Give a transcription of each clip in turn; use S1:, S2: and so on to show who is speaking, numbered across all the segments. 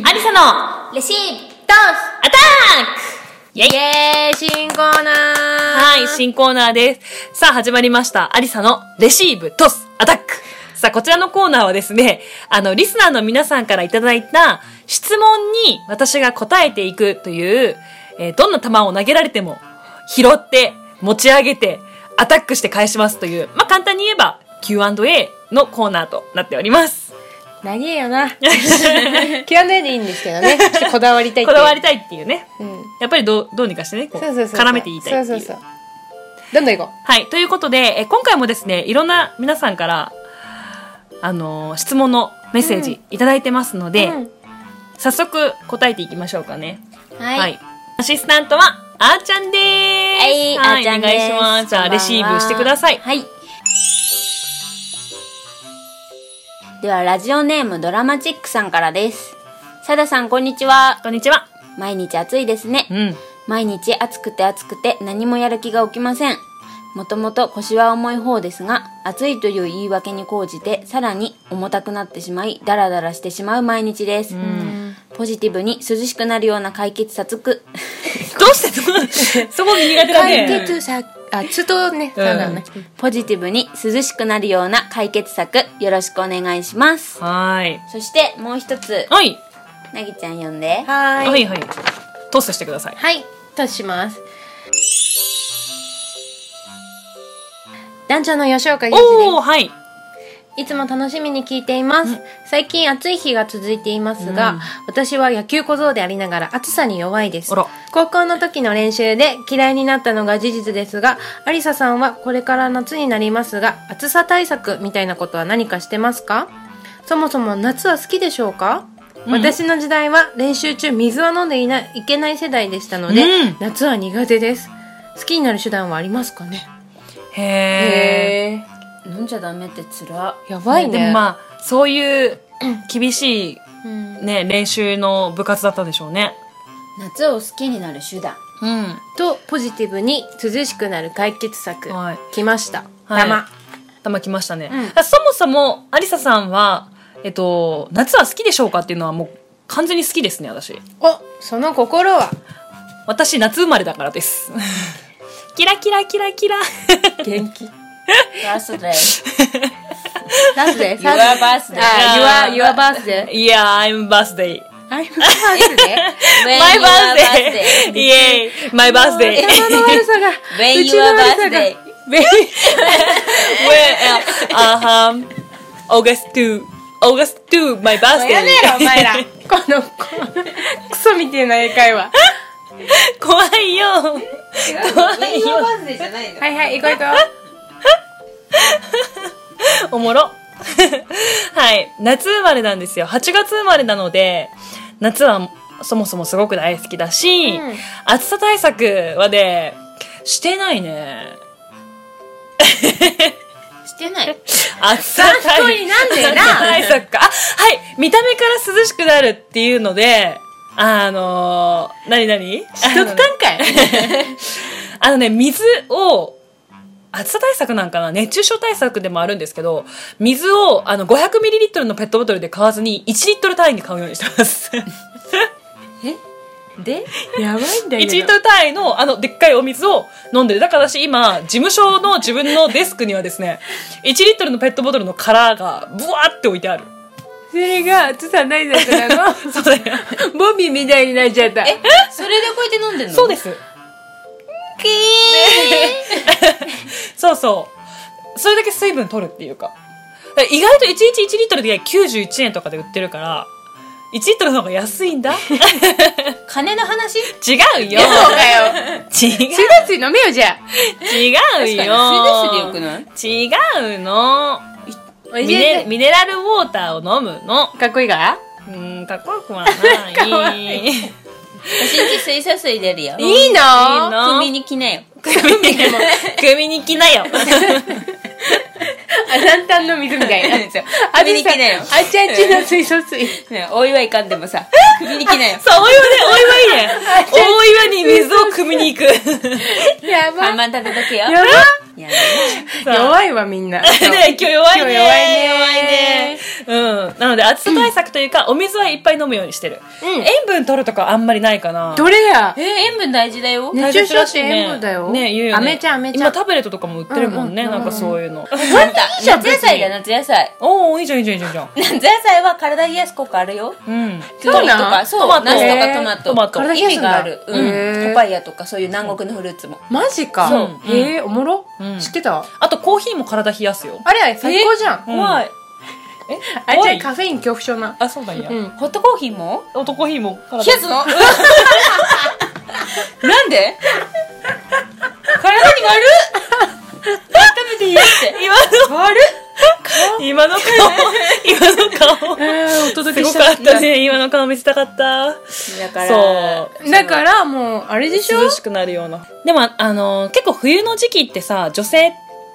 S1: のレシーブダンスアタックイェイ
S2: イエーイ新コーナー
S1: は、
S2: はい
S1: 新コーナーです。さあ、始まりました。アリサのレシーブ、トス、アタック。さあ、こちらのコーナーはですね、あの、リスナーの皆さんからいただいた質問に私が答えていくという、えーどんな球を投げられても拾って、持ち上げて、アタックして返しますという、まあ、簡単に言えば Q&A のコーナーとなっております。
S2: 長え よな Q&A でいいんですけどねちょっとこだわりたいって
S1: こだわりたいっていうね。
S2: うん
S1: やっぱりどうどうにかしてね、こう
S2: そうそうそう
S1: 絡めて言いたいっていう。
S2: そうそうそうどんどん行こ
S1: はい。ということで、え今回もですね、いろんな皆さんから、あのー質問のメッセージいただいてますの
S2: う
S1: で、
S2: うん
S1: 早速答えていきましょうかね。
S2: はい、
S1: アシスタントは、あーちゃんでーす。
S2: はいあーちゃんです
S1: お願いします。じゃあ、
S2: こんば
S1: レ
S2: んは
S1: シーブしてください。
S3: はい。では、ラジオネームドラマチックさんからです。サダさん、こんにちは。
S1: こんにちは。
S3: 毎日暑いですね
S1: う。ん。
S3: 毎日暑くて暑くて何もやる気が起きません。もともと腰は重い方ですが、暑いという言い訳に講じて、さらに重たくなってしまい、ダラダラしてしまう毎日です。ポジティブに涼しくなるような解決策、
S1: どうしてそこ苦手だ
S2: 解
S1: ね。
S2: 決さあちょっとね、そうだね
S3: ポジティブに涼しくなるような解決策、よろしくお願いします。
S1: はーい。
S3: そして、もう一つ、
S1: はい。
S3: なぎちゃん呼んで。
S2: は
S1: はいはい。トスしてください。
S2: はいとします団長の吉岡裕二です
S1: おー、はい。
S2: いつも楽しみに聞いています。最近暑い日が続いていますが、私は野球小僧でありながら暑さに弱いです
S1: あら。
S2: 高校の時の練習で嫌いになったのが事実ですが、ありささんはこれから夏になりますが、暑さ対策みたいなことは何かしてますかそもそも夏は好きでしょうか、私の時代は練習中水は飲んでいないいけない世代でしたので、
S1: うん
S2: 夏は苦手です。好きになる手段はありますかね
S1: へー。
S3: 飲んじゃダメってつら。
S2: やばいね。
S1: でもまあ、そういう厳しい
S2: うん
S1: ね、練習の部活だったんでしょうね。
S3: 夏を好きになる手段。
S1: うん。
S2: とポジティブに涼しくなる解決策、
S1: はい
S2: 来ました、
S1: はい
S2: 玉
S1: 頭きましたね。あそもそも、ありささんは、えっと、夏は好きでしょうかっていうのはもう完全に好きですね、私。
S2: おその心は
S1: 私、夏生まれだからです。 キラキラキラ キラ。
S2: 元気
S3: バースデー。
S2: ラスデー
S3: Your birthday.
S2: あ your, your birthday
S1: いやー、I'm birthday.
S2: I'm birthday
S3: When
S1: My
S3: your
S1: birthday! イエーイ !My birthday!
S2: 頭の悪 さが
S3: When
S2: うちの
S3: your
S2: 悪さが
S3: birthday.
S1: あはん。August 2. August 2, my birthday.
S2: やめろお前らこのこのクソみてえな英会話
S1: 怖いよ。怖いよ。
S3: birthday じゃないの
S2: はいはい行こう行こ
S1: おもろ。 はい。夏生まれなんですよ。8月生まれなので、夏はそもそもすごく大好きだし、
S2: うん
S1: 暑さ対策はね、してないね。
S3: してない。
S1: 暑さ対
S2: ざっくりなんで
S1: 暑
S2: な
S1: さ対策か。あ、はい。見た目から涼しくなるっていうので、あのー、なになに
S2: うしとったんかい
S1: あのね、水を、暑さ対策なんかな熱中症対策でもあるんですけど、水をあの 500ml のペットボトルで買わずに1リットル単位で買うようにしてます。1
S2: でやばいんだ
S1: リ
S2: け
S1: ッ
S2: ど
S1: トル単位のあのでっかいお水を飲んでる。だから私今、事務所の自分のデスクにはですね、1リットルのペットボトルの殻がブワーって置いてある。
S2: それがつさないだからの
S1: そうだよ。
S2: ボビーみたいになっちゃったえ
S3: それでこうやって飲んでんの
S1: そうです。そうそう。それだけ水分取るっていうか。だから意外と1日1リットルで91円とかで売ってるから、1リットルの方が安いんだ。
S3: 金の 話
S1: 違うよ。
S2: そうかよ
S1: 違
S2: 水道水飲めよじゃあ
S1: う。違うよ。
S3: 水道水でよくない
S1: 違うの。
S2: い
S1: ミネミネラルウォーターを飲むの。
S2: かっこいいから
S1: うーん、かっこよくはない。
S2: かわい
S1: い。
S3: 私んち水素水出るよ。
S2: いいの
S1: の
S3: 首に着なよ。
S1: 組にも、組に来なよ。
S2: あ、ランタンの水みたいな。
S3: 首に着なよ
S2: あ。ちゃんちの水素 水。
S3: ねお祝いかんでも さ、首に着なよ。
S1: そう、お祝いね、お祝いね。お祝いに水を汲みに行く。
S2: やば。
S3: 看
S2: や
S3: 板立てとけよ。
S2: ば。
S3: や
S1: さあ
S2: 弱いわ、みんな。
S1: ね今日弱いね。
S2: 今日弱いね
S1: 弱いねうん。なので、暑さ対策というか、お水はいっぱい飲むようにしてる。
S2: うん
S1: 塩分取るとかあんまりないかな。
S2: どれや
S3: えー、塩分大事だよ。
S2: 熱中症って塩分だよ
S1: ね、言うよね。
S2: 飴ちゃん飴ちゃん
S1: 今タブレットとかも売ってるもんね、
S2: うんうん
S1: なんかそういうの。
S3: なんだ
S2: いじゃん
S3: 夏野菜だよ、夏野菜。
S1: おおいいじゃんいいじゃんいいじゃんいい じゃん。
S3: 夏野菜は体冷やす効果あるよ。
S1: うん。
S2: そう
S3: 栗と
S2: なん
S3: か、そ
S1: ト
S3: う、
S1: マト
S3: 梨と
S2: へー
S3: かトマト。
S1: トマト
S2: 体冷
S3: 意
S2: やす
S3: 味
S2: んだ
S3: がある。う
S2: へー
S3: ん。パパイヤとかそういう南国のフルーツも。
S2: マジか
S1: そう
S2: うんへえおもろ
S1: うん
S2: 知ってた
S1: あとコーヒーも体冷やすよ。
S2: あれや最高じゃん
S1: うん
S3: 怖い。
S2: あ
S1: あ
S2: れじ
S1: 怖
S2: ゃあ
S1: い
S2: カフェイン恐怖症な
S1: あ、そうなんや。
S2: うん
S3: ホットコーヒーも
S1: あとコーヒーも体
S3: 冷やす のなんで体に悪 っ温めて冷やして。
S1: 今の、
S3: 悪
S1: 今 の顔、今の顔。
S2: えお
S1: すごかったね。今の顔見せたかった。
S3: っ だから、
S1: そ
S2: だからもうあれでしょ
S1: 涼しくなるような。でも、あの、結構冬の時期ってさ、女性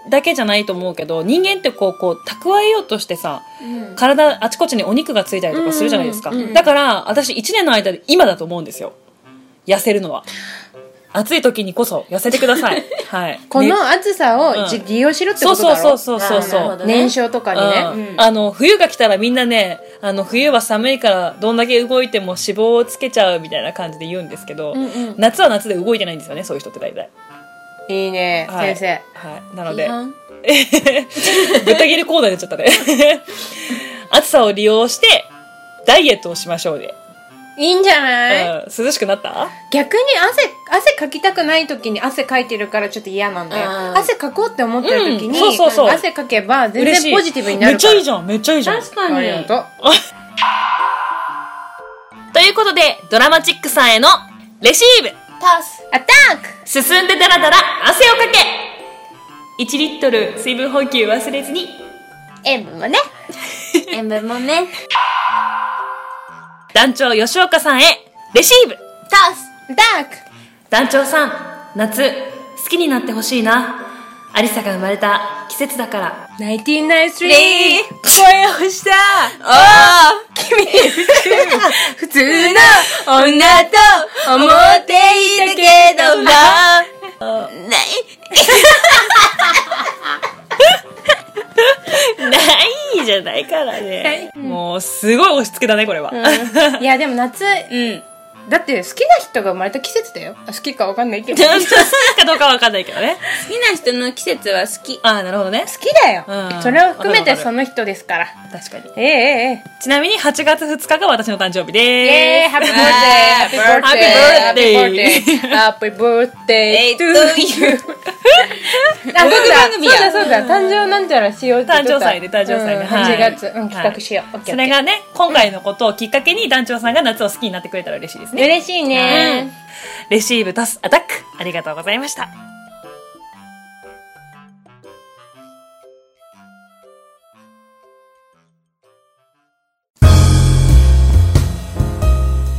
S1: だけじゃないと思うけど、人間ってこう、こう、蓄えようとしてさ、
S3: うん
S1: 体、あちこちにお肉がついたりとかするじゃないですか。
S2: うんうんうん
S1: だから、私1年の間で今だと思うんですよ。痩せるのは。暑い時にこそ痩せてくだ さい。はい。
S2: こ
S1: ね
S2: の暑さ
S1: う
S2: を
S1: ん
S2: じ利用しろって
S1: そう
S2: こと
S1: そう
S2: だ
S1: そう
S2: ろ
S1: そうそう
S3: なる
S1: そ
S3: ほ
S1: う
S3: ど。
S2: 年少とかにね
S1: うんあの冬が来たらみんなねあの冬は寒いからどんだけ動いても脂肪をつけちゃうみたいな感じで言うんですけど、
S2: うんうん
S1: 夏は夏で動いてないんですよねそういう人って大体、
S2: いいね
S1: はい、
S2: 先生
S1: はい、なので
S3: 批判
S1: ぶった切るコーナーになっちゃったね 暑さを利用してダイエットをしましょうで、
S2: いいんじゃない
S1: うん、涼しくなった
S2: 逆に汗汗かきたくない時に汗かいてるからちょっと嫌なんだ
S3: あ
S2: よ
S3: ー
S2: 汗かこうって思ってる時に
S1: うんそうそうそう
S2: 汗かけば全
S1: 嬉し
S2: 然
S1: い
S2: ポジティブにな
S1: めっ
S2: る
S1: ち
S2: か
S1: ゃ
S2: ら
S1: いいじゃんめっちゃいいじゃん
S3: 確かに。
S2: ありが
S1: ということでドラマチックさんへのレシーブ
S3: パス。
S2: アタック
S1: 進んでダラダラ汗をかけ1リットル水分補給忘れずに
S2: 塩分もね
S3: 塩分もね。
S1: 団長吉岡さんへレシーブ
S3: パス。
S2: アタック
S1: 団長さん夏好きになってほしいなアリサが生まれた季節だから
S2: ナインティナインスリー
S3: リー
S2: 声をした
S3: おー
S2: 君普通の
S3: 女と思っていたけども、ない。
S1: ないじゃないからね、もうすごい押し付けだねこれは、
S2: いやでも夏
S3: うん。
S2: だって好きな人が生まれた季節だよあ好きかわかんないけ ど好
S1: 団長好きかどうかわかんないけどね
S3: 好きな人の季節は好 き。
S1: ああなるほどね
S2: きだよ、
S1: うん
S2: それを含め
S1: わかるわかる
S2: てその人ですから
S1: 確かに
S2: ええええ
S1: ちなみに8月2日が私の誕生日
S2: ええ
S1: で
S2: イェーイハッピー
S1: ー
S2: バースデーハッピーバースデーハッピーバースデー
S3: to
S2: ハッピーバースデー
S3: you.
S2: あ、そうだ
S3: 番組や
S2: そうだそうだ誕生なんちゃらしようって言
S1: 誕
S2: ってた
S1: 生祭で誕生祭で、
S2: うん
S1: はい
S2: 8月、うん、企画しよう、
S1: は
S2: オ
S1: い
S2: ッケー
S1: それがね今回のことをきっかけに団長さんが夏を好きになってくれたら嬉しいですね
S2: 嬉しいね、
S1: レシーブ足すアタックありがとうございました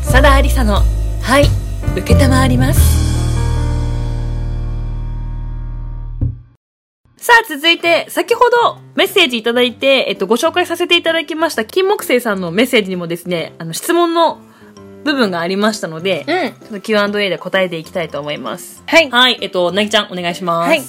S1: さだありさのはい受けたまわりますさあ続いて先ほどメッセージいただいて、えっと、ご紹介させていただきました金木星さんのメッセージにもですねあの質問の部分がありましたので、
S2: うん
S1: ちょっと Q&A で答えていきたいと思います。
S2: はい
S1: はい、えっと、なぎちゃん、お願いします。
S2: はい。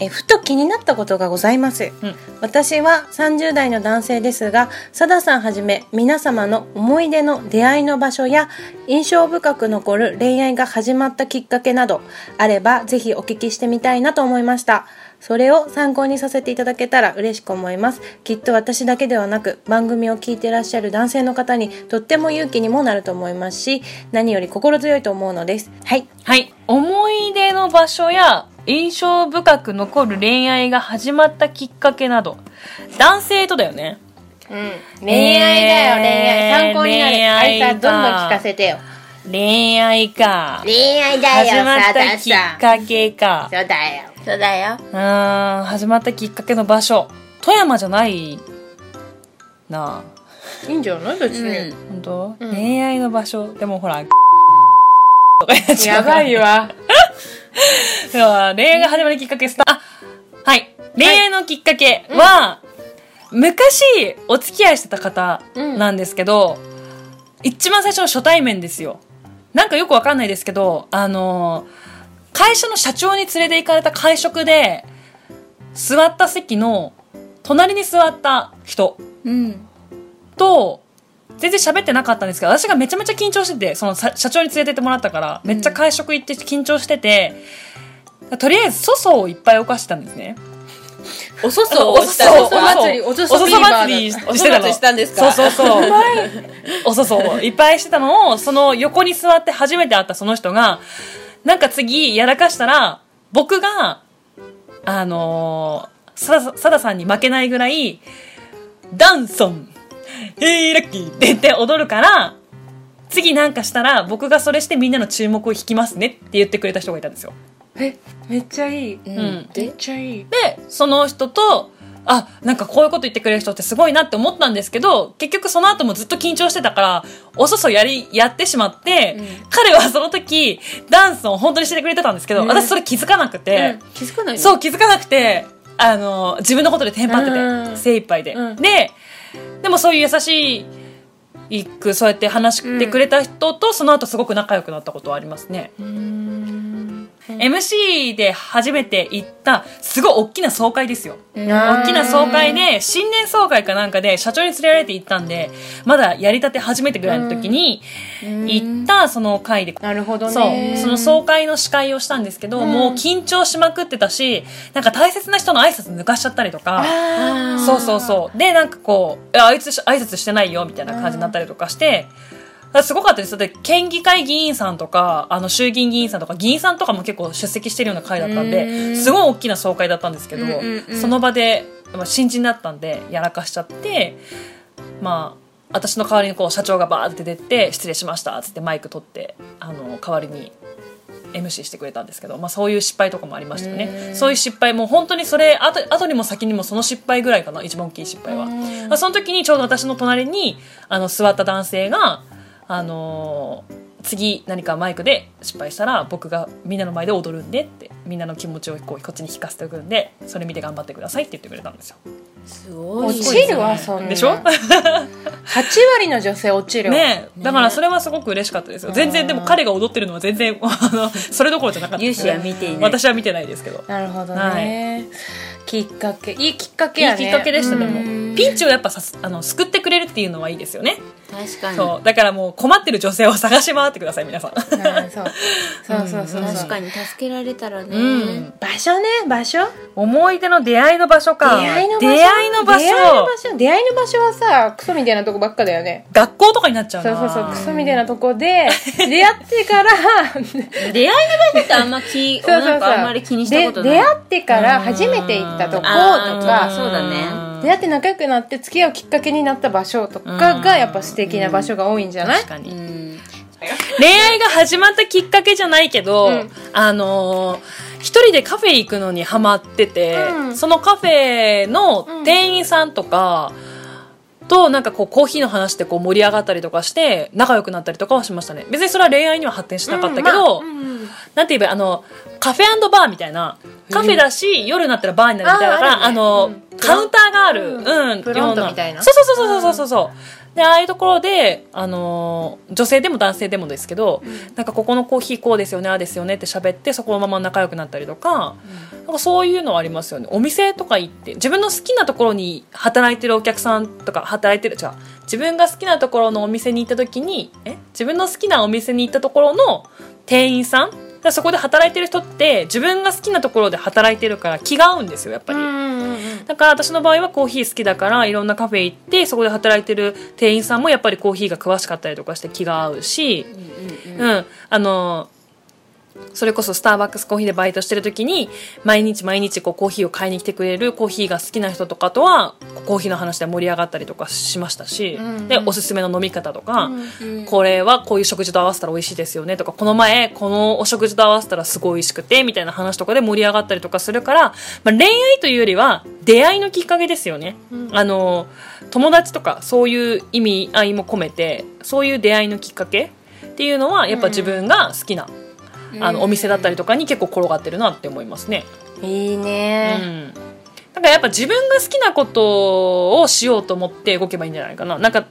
S2: えふと気になったことがございます、
S1: うん
S2: 私は30代の男性ですがさださんはじめ皆様の思い出の出会いの場所や印象深く残る恋愛が始まったきっかけなどあればぜひお聞きしてみたいなと思いましたそれを参考にさせていただけたら嬉しく思いますきっと私だけではなく番組を聞いていらっしゃる男性の方にとっても勇気にもなると思いますし何より心強いと思うのですはい
S1: はい。思い出の場所や印象深く残る恋愛が始まったきっかけなど、男性とだよね。
S2: 恋愛だよ、
S1: えー
S2: 恋愛。参考にな
S1: 恋
S2: る。あ
S1: 愛
S2: い
S1: か
S2: さん、どんどん聞かせてよ。
S1: 恋愛か。
S2: 恋愛だよ、
S1: 始まっ
S2: さ
S1: た
S2: だ
S1: き
S2: さ
S1: っ
S2: ん。
S1: かけか。
S2: そうだよ。
S3: そうだよ。
S1: うーん、始まったきっかけの場所。富山じゃないなあ。
S2: いいんじゃない別
S3: うん
S2: に。。
S1: 本当、
S2: うん
S1: 恋愛の場所。でもほら、とかやっちゃ
S2: や
S1: う
S2: ばいわ。
S1: では、恋愛が始まるきっかけスタあ、はい。恋愛のきっかけは、昔お付き合いしてた方なんですけど、一番最初の初対面ですよ。なんかよくわかんないですけど、あのー会社の社長に連れて行かれた会食で、座った席の隣に座った人
S3: うん。
S1: と、全然喋ってなかったんですけど、私がめちゃめちゃ緊張してて、そのさ社長に連れてってもらったから、めっちゃ会食行って緊張してて、とりあえず、粗相をいっぱい犯してたんですね。
S4: おそそ
S1: お
S4: をした
S1: そ
S2: おそ祭りおそそ
S1: おそ
S2: ビーバーだ
S1: 祭りしてた
S4: おそ
S1: の
S4: そしたんですか
S1: そうそうそうおそそういっぱいしてたのをその横に座って初めて会ったその人がなんか次やらかしたら僕があのーさださださんに負けないぐらいダンソンヘイラッキーって言って踊るから次なんかしたら僕がそれしてみんなの注目を引きますねって言ってくれた人がいたんですよ
S2: えめっちゃいい、
S3: う
S1: うん
S2: めっちゃいい
S1: でその人とあなんかこういうこと言ってくれる人ってすごいなって思ったんですけど結局その後もずっと緊張してたからおそそやりやってしまって、彼はその時ダンスを本当にしてくれてたんですけど、
S2: ね
S1: 私それ気づかなくて、
S2: 気づかない
S1: そう気づかなくてあの自分のことでテンパってて、
S2: うん
S1: 精一杯で、
S2: うん
S1: ででもそういう優しいくそうやって話してくれた人と、その後すごく仲良くなったことはありますね、
S2: うーん
S1: MC で初めて行ったすごい大きな総会ですよ
S2: 大
S1: 大きな総会で新年総会かなんかで社長に連れられて行ったんでまだやりたて初めてぐらいの時に行ったその会で。
S2: なるほど
S1: そう
S2: ね
S1: その総会の司会をしたんですけど、もう緊張しまくってたしなんか大切な人の挨拶抜かしちゃったりとか
S2: あー
S1: そうそうそうでなんかこうえあいつ挨拶してないよみたいな感じになったりとかしてだからすごかったですだって県議会議員さんとかあの衆議院議員さんとか議員さんとかも結構出席してるような会だったんですごい大きな総会だったんですけど、
S2: うんうんうん
S1: その場で、まあ、新人だったんでやらかしちゃってまあ私の代わりにこう社長がバーって出て「失礼しました」っつってマイク取ってあの代わりに MC してくれたんですけど、まあ、そういう失敗とかもありましたねそういう失敗も本当にそれあと後にも先にもその失敗ぐらいかな一番大きい失敗は、まあ、その時にちょうど私の隣にあの座った男性が、あのー次何かマイクで失敗したら僕がみんなの前で踊るんでってみんなの気持ちをこうこっちに引かせておくんでそれ見て頑張ってくださいって言ってくれたんですよ。
S3: すごい
S2: 落ちるわそんな
S1: でしょ
S2: 8割の女性落ちるわ
S1: ねえだからそれはすごく嬉しかったですよ全然でも彼が踊ってるのは全然あのそれどころじゃなかった
S3: 勇
S1: です
S3: 士は見ていない
S1: 私は見てないですけど
S2: なるほどね、
S1: は
S2: きっかけいいきっかけ
S1: い
S2: や
S1: い
S2: ね
S1: きっかけでしたで
S2: うん
S1: もピンチをやっぱさすあの救ってくれるっていうのはいいですよね
S3: 確かに
S1: そうだからもう困ってる女性を探し回ってください皆さ ん
S2: はいそうそうそうそうそう
S3: 確かに助けられたらね、
S1: うん
S2: 場所ね場所
S1: 思い出の出会いの場所か
S2: 出会いの場所
S1: 出会いの場所
S2: 出会いの場所出会いの場所はさクソみたいなとこばっかだよね
S1: 学校とかになっちゃう
S2: そ
S1: な
S2: うそうそうクソみたいなとこで出会ってから
S3: 出会いの場所ってあんま気
S2: そうそうそ
S3: な
S2: うん
S3: かあんまり気にしたこと
S2: で
S3: ない
S2: 出会ってから初めて行ったとこと
S3: あー
S2: か
S3: そうだね
S2: 出会って仲良くなって付き合うきっかけになった場所とかがやっぱ素敵な場所が多いんじゃない
S1: 確かに
S3: うん
S1: 恋愛が始まったきっかけじゃないけど、
S2: ん
S1: あのー一人でカフェ行くのにハマってて、
S2: うん
S1: そのカフェの店員さんとか、となんかこうコーヒーの話でこう盛り上がったりとかして仲良くなったりとかはしましたね別にそれは恋愛には発展しなかったけど、
S2: うんまあうん
S1: なんて言えばあのカフェバーみたいなカフェだし夜になったらバーになるみたいな
S2: あー
S1: あ
S2: あるね
S1: の、
S2: うん
S1: カウンターがある、
S2: うん
S1: うん
S2: プロントみたいな
S1: そうそうそうそうそうそうそうでああいうところで、あのー女性でも男性でもですけど、なんかここのコーヒーこうですよねああですよねって喋ってそこのまま仲良くなったりとか,、なんかそういうのはありますよねお店とか行って自分の好きなところに働いてるお客さんとか働いてる違う自分が好きなところのお店に行った時にえ自分の好きなお店に行ったところの店員さんだからそこで働いてる人って自分が好きなところで働いてるから気が合うんですよやっぱり。
S2: うんうんうん
S1: だから私の場合はコーヒー好きだからいろんなカフェ行ってそこで働いてる店員さんもやっぱりコーヒーが詳しかったりとかして気が合うし、うんあのそれこそスターバックスコーヒーでバイトしてる時に毎日毎日こうコーヒーを買いに来てくれるコーヒーが好きな人とかとはコーヒーの話で盛り上がったりとかしましたし、
S2: ん
S1: でおすすめの飲み方とか、これはこういう食事と合わせたら美味しいですよねとかこの前このお食事と合わせたらすごい美味しくてみたいな話とかで盛り上がったりとかするから、まあ、恋愛というよりは出会いのきっかけですよね、あの友達とかそういう意味合いも込めてそういう出会いのきっかけっていうのはやっぱ自分が好きな、あのお店だったりとかに結構転がってるなって思いますね。
S2: いいうね、
S1: んだからやっぱ自分が好きなことをしようと思って動けばいいんじゃないかな。なんか、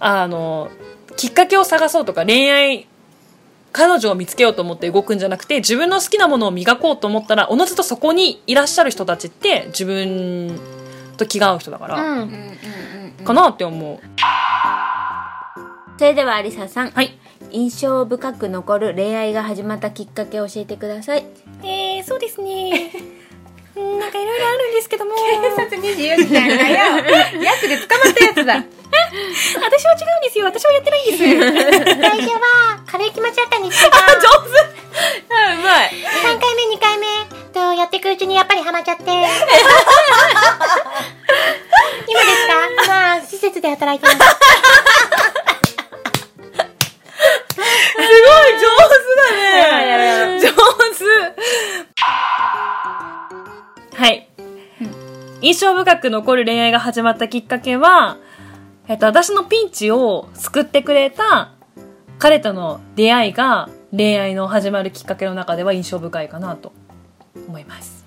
S1: あの、きっかけを探そうとか恋愛、彼女を見つけようと思って動くんじゃなくて自分の好きなものを磨こうと思ったらおのずとそこにいらっしゃる人たちって自分と気が合う人だから、
S2: う
S3: うん
S2: ん
S3: うんうんうん
S1: かなって思う
S3: それではありささん、
S1: はい
S3: 印象深く残る恋愛が始まったきっかけを教えてください
S4: えー、そうですねうんなんかいろいろあるんですけども
S2: 警察24時間だよ役で捕まったやつだ
S4: 私は違うんですよ私はやってないんです 最初は軽い気持ちだったんですけど
S1: 上手あうまい
S4: 3回目2回目とやっていくうちにやっぱりハマっちゃって今ですかまあ施設で働いてます
S1: すごい上手だね上手はい、印象深く残る恋愛が始まったきっかけは、えっと、私のピンチを救ってくれた彼との出会いが恋愛の始まるきっかけの中では印象深いかなと思います。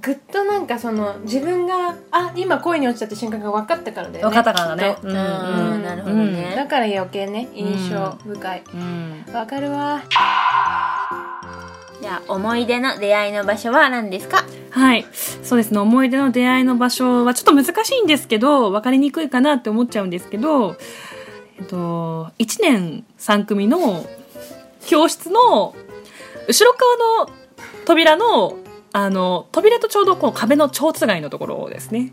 S2: ぐっとなんかその自分があ今恋に落ちたって瞬間が分かったからだよね
S1: 分かったからだね
S2: きっ。と
S1: うん
S3: あーなるほど
S2: うん
S3: ね、
S2: だから余計ね印象深い
S1: うん
S2: わかるわ
S3: じゃあ思い出の出会いの場所は何ですか
S1: はい。そうですね。思い出の出会いの場所はちょっと難しいんですけど、分かりにくいかなって思っちゃうんですけど、えっと、1年3組の教室の後ろ側の扉の、あの、扉とちょうどこの壁の蝶つがいのところですね。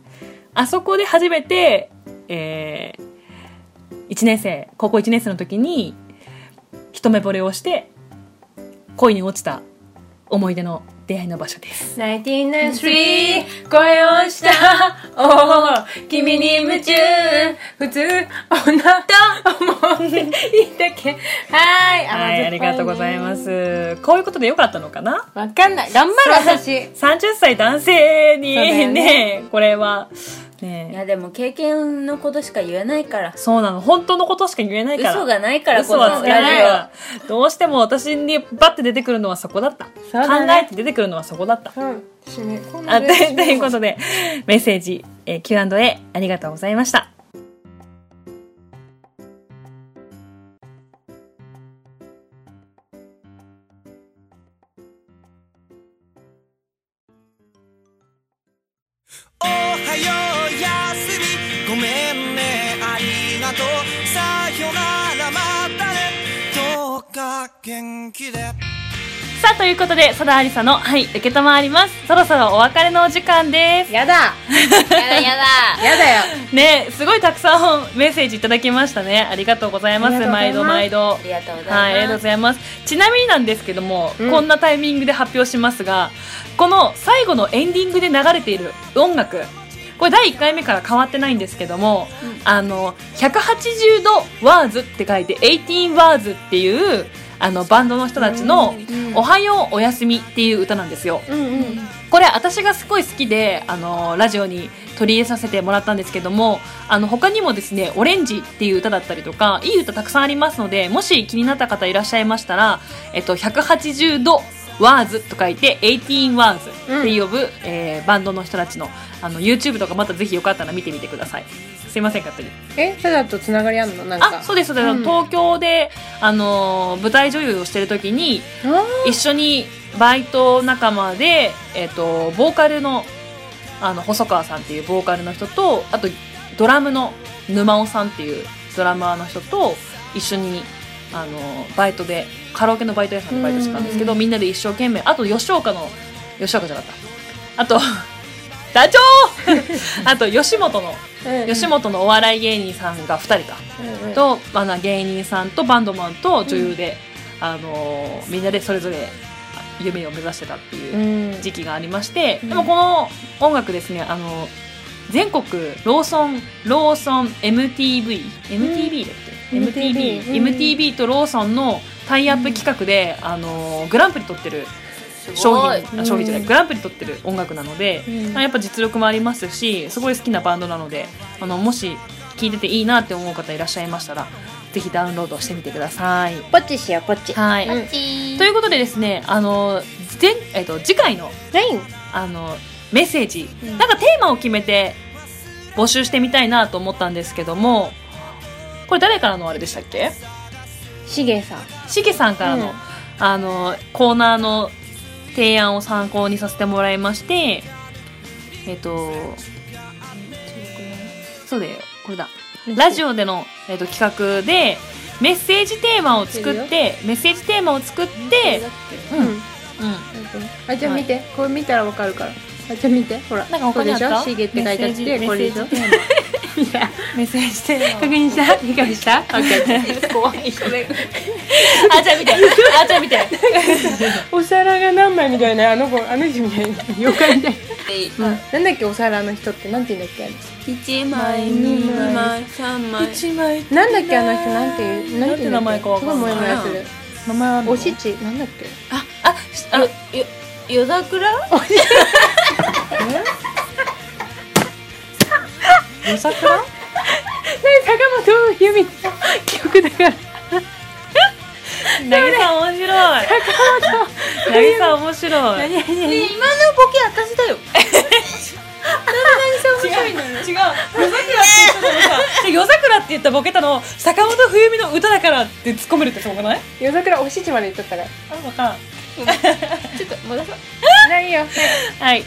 S1: あそこで初めて、えー、1年生、高校1年生の時に、一目惚れをして、恋に落ちた思い出の出会いの場所です。
S2: 1993恋をしたおー君に夢中普通女と思っていたけはい甘酸っぱ
S1: はい、ありがとうございます。こういうことでよかったのかな
S2: わかんない頑張る私
S1: ?30 歳男性に
S2: そうだ
S1: ね
S2: よね
S1: これは、
S3: い
S1: ね
S3: やでも経験のことしか言えないから
S1: そうなの。本当のことしか言えないから。
S3: 嘘がないから
S1: 嘘は
S3: こ
S1: つ
S3: の
S1: かない
S3: ラ
S1: わ。どうしても私にバッて出てくるのはそこだった。
S2: そうだね
S1: 考えて出てくるのはそこだった。
S2: うん締め込ん
S1: あとと
S2: で
S1: いうことで、メッセージ、えー Q&A ありがとうございました。
S5: おはようやすみごめんねありがとうさよならまたねどうか元気で
S1: さあ、ということで、佐田ありさの、はい、受けたまわります。そろそろお別れのお時間です。
S2: やだ
S3: ジオやだやだ
S2: やだよ
S1: ねすごいたくさんメッセージいただきましたねありがとうございます
S2: ありがとうござ
S1: 毎
S2: います
S1: 度毎度
S3: ありがとうご
S1: はい、あり
S3: ざ
S1: がとうご
S3: います。
S1: ざいます。ちなみになんですけども、
S2: うん
S1: こんなタイミングで発表しますが、この最後のエンディングで流れている音楽、これ第1回目から変わってないんですけども、あの、180度ワーズって書いて、18ワーズっていう、あの、バンドの人たちの、おはようおやすみっていう歌なんですよ。
S2: うんうん
S1: これ私がすごい好きであのラジオに取り入れさせてもらったんですけどもあの他にもですね「オレンジ」っていう歌だったりとかいい歌たくさんありますのでもし気になった方いらっしゃいましたら「えっと、180度ワーズ」と書いて「18ワーズ」って呼ぶ、えーバンドの人たちのあの YouTube とかまたぜひよかったら見てみてください。すいません勝手に
S2: えただとつながりあんのなんか
S1: あそうですそうです、
S2: うん
S1: 東京であの舞台女優をしてる時に
S2: あ
S1: 一緒にバイト仲間で、えっとボーカルのあの細川さんっていうボーカルの人とあとドラムの沼尾さんっていうドラマーの人と一緒にあのバイトでカラオケのバイト屋さんでバイトしてたんですけど、みんなで一生懸命あと吉岡の吉岡じゃなかったあとダチョウ あと吉本の
S2: ーうん
S1: 吉本のお笑い芸人さんが2人か
S2: うんうん
S1: と、まあな、芸人さんとバンドマンと女優で、あのーみんなでそれぞれ夢を目指してたっていう
S2: うん
S1: 時期がありまして、でもこの音楽ですねあの全国ローソンローソン MTV MTV だっけ、
S2: うん
S1: MTV、
S2: MTV うん
S1: MTV とローソンのタイアップ企画で、あのーグランプリ取ってる商
S3: ごい
S1: 品あ商品じゃない、
S2: うん
S1: グランプリ取ってる音楽なので、
S2: うん
S1: あやっぱ実力もありますしすごい好きなバンドなのであのもし聴いてていいなって思う方いらっしゃいましたらぜひダウンロードしてみてください。
S2: ポチしようポチ
S1: はい、
S2: うん
S1: ということでですねあの前、えっと、次回の
S2: ないん
S1: あのメッセージ、
S2: うん
S1: なんかテーマを決めて募集してみたいなと思ったんですけどもこれ誰からのあれでしたっけ
S2: しげさん
S1: しげさんからの,、
S2: うん
S1: あのコーナーの提案を参考にさせてもらいましてえっと
S6: そうだよこれだ
S1: ラジオでの、えっと企画でメッセージテーマを作ってメッセージテーマを作ってうん、うん、
S2: あじゃあ
S1: はい
S2: 見て、これ見たらわかるからあじゃあ見てほら
S1: なんか他にあった
S2: これでしょシゲって書いてあってこれでしょ
S1: メ ッセージテーマ
S2: 確認した理解した ?OK
S1: あじゃあ見てあじゃあ見て
S2: お皿が何枚みたいなあの子あの人みたいな妖怪みたいな、うんなんだっけお皿の人ってなんて言うんだっけあれ
S3: 1枚2枚3枚
S1: 一枚
S2: なんだっけあの人なんていうなん
S1: な
S2: ていう
S1: んて名前かわかんない
S2: すごいモヤモヤする
S1: 名前あるの
S2: おしちなんだっけ
S1: あしあ
S3: よよだくら
S1: 夜桜
S2: 坂本 由美の曲だから
S1: なぎさん面白いなぎさん面白い
S2: 何何
S3: 今
S2: 何
S3: のボケ私だよ
S1: 違う夜桜って言ったのさで夜桜って言ったボケたの坂本冬美の歌だからって突っ込めるってすごくない
S2: 夜桜おしちまで言っとったから
S1: あわかん
S2: ないよ
S1: はい。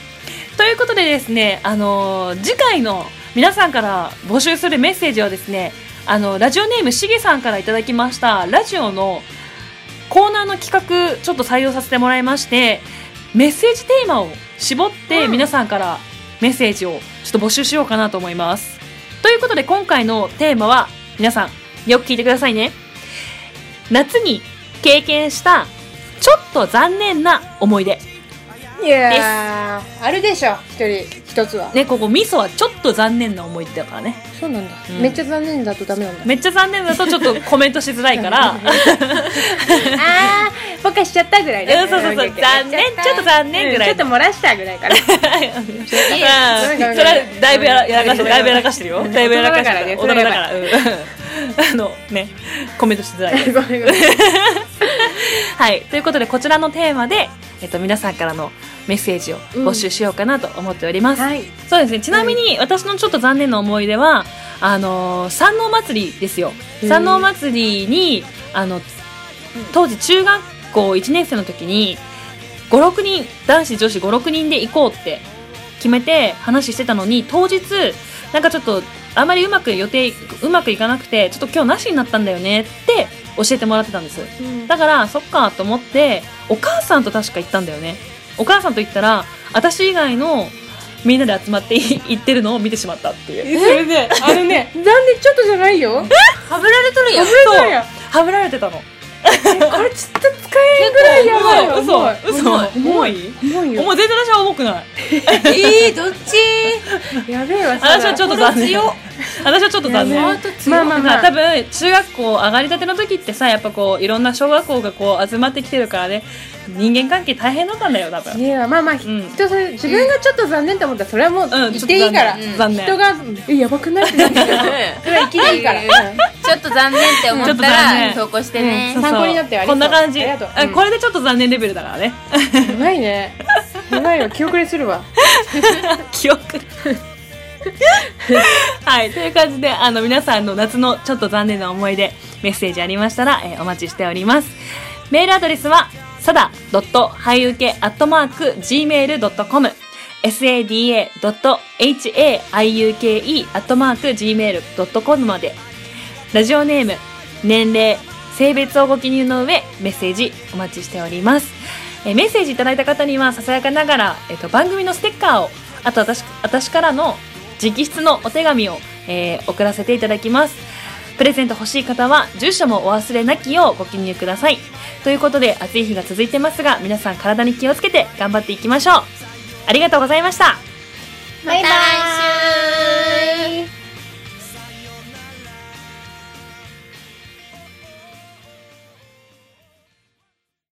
S1: ということでですね、あのー次回の皆さんから募集するメッセージはですね、あの、ラジオネームしげさんからいただきました、ラジオのコーナーの企画、ちょっと採用させてもらいまして、メッセージテーマを絞って皆さんからメッセージをちょっと募集しようかなと思います。ということで今回のテーマは、皆さん、よく聞いてくださいね。夏に経験した、ちょっと残念な思い出。
S2: いやーあるでしょ一人一つは
S1: ね、ここミソはちょっと残念な思い出だからね
S2: そうなんだ、
S1: うん
S2: めっちゃ残念だとダメなんだ
S1: めっちゃ残念だとちょっとコメントしづらいから
S2: あーぼかしちゃったぐらいね
S1: うんそうそうそう
S2: オッケーオッケー
S1: 残念ちょっと残念ぐらい
S2: うんちょっと漏らしたぐらいから
S1: うんそれはだいぶやらやらかしてるだいぶやらかしてるよだいぶやらかしてる大
S2: 大
S1: 人
S2: 人
S1: だ
S2: だ
S1: か、
S2: からら
S1: うんあのねコメントしづらい
S2: ごめんごめん
S1: はいということでこちらのテーマで、えっと、皆さんからのメッセージを募集しようかなと思っております、
S2: はい
S1: そうですねちなみに私のちょっと残念な思い出はあのー山王祭りですよ
S2: へー
S1: 山王祭りにあの当時中学校1年生の時に56人男子女子56人で行こうって決めて話してたのに当日なんかちょっとあまりうまく予定うまくいかなくてちょっと今日なしになったんだよねって教えてもらってたんですだからそっかと思ってお母さんと確か行ったんだよねお母さんと行ったら私以外のみんなで集まってい行ってるのを見てしまったっていう
S2: それねあのね残念ちょっとじゃないよ
S1: はぶられとる
S2: やんそうやん
S1: はぶられてたの
S2: これちょっと使えんぐらいやばい
S1: 嘘
S2: 重い
S1: 嘘重い
S2: 重いよ
S1: 重い全然私は重くない
S3: えー、どっち
S2: やべえわ
S1: 私はちょっと残念
S3: 強っ
S1: 私はちょっと残念
S2: やまあまあ
S1: ま
S2: ま
S1: あ
S2: あ
S1: 多分中学校上がりたての時ってさやっぱこういろんな小学校がこう集まってきてるからね人間関係大変だったんだよ多
S2: い
S1: 分
S2: やまあまあ、
S1: ん
S2: 人それ自分がちょっと残念と思ったらそれはもう
S1: うん
S2: 言っていいから、
S1: ちょっと残念
S2: 人が「えやばくない?」ってな ってそれは生きていいから、うん
S3: ちょっと残念って思っ
S1: ちょっと
S3: た
S1: 残念
S3: ら投稿してね
S1: そうそう
S2: 参考になったよあり
S1: こ
S2: が
S1: な
S2: とうん
S1: 感じ
S2: ありがとう
S1: あ
S2: うん
S1: これでちょっと残念レベルだからね
S2: やばいねやばいわ気遅れするわ
S1: 記憶 はいという感じであの皆さんの夏のちょっと残念な思い出メッセージありましたら、えーお待ちしておりますメールアドレスはさだはい受け .gmail.com sada.haiuke.gmail.com までラジオネーム年齢性別をご記入の上メッセージお待ちしておりますえーメッセージいただいた方にはささやかながら、えっと番組のステッカーをあと私私からの直筆のお手紙を、えー送らせていただきますプレゼント欲しい方は住所もお忘れなきようご記入くださいということで暑い日が続いてますが皆さん体に気をつけて頑張っていきましょうありがとうございました
S4: バイバイ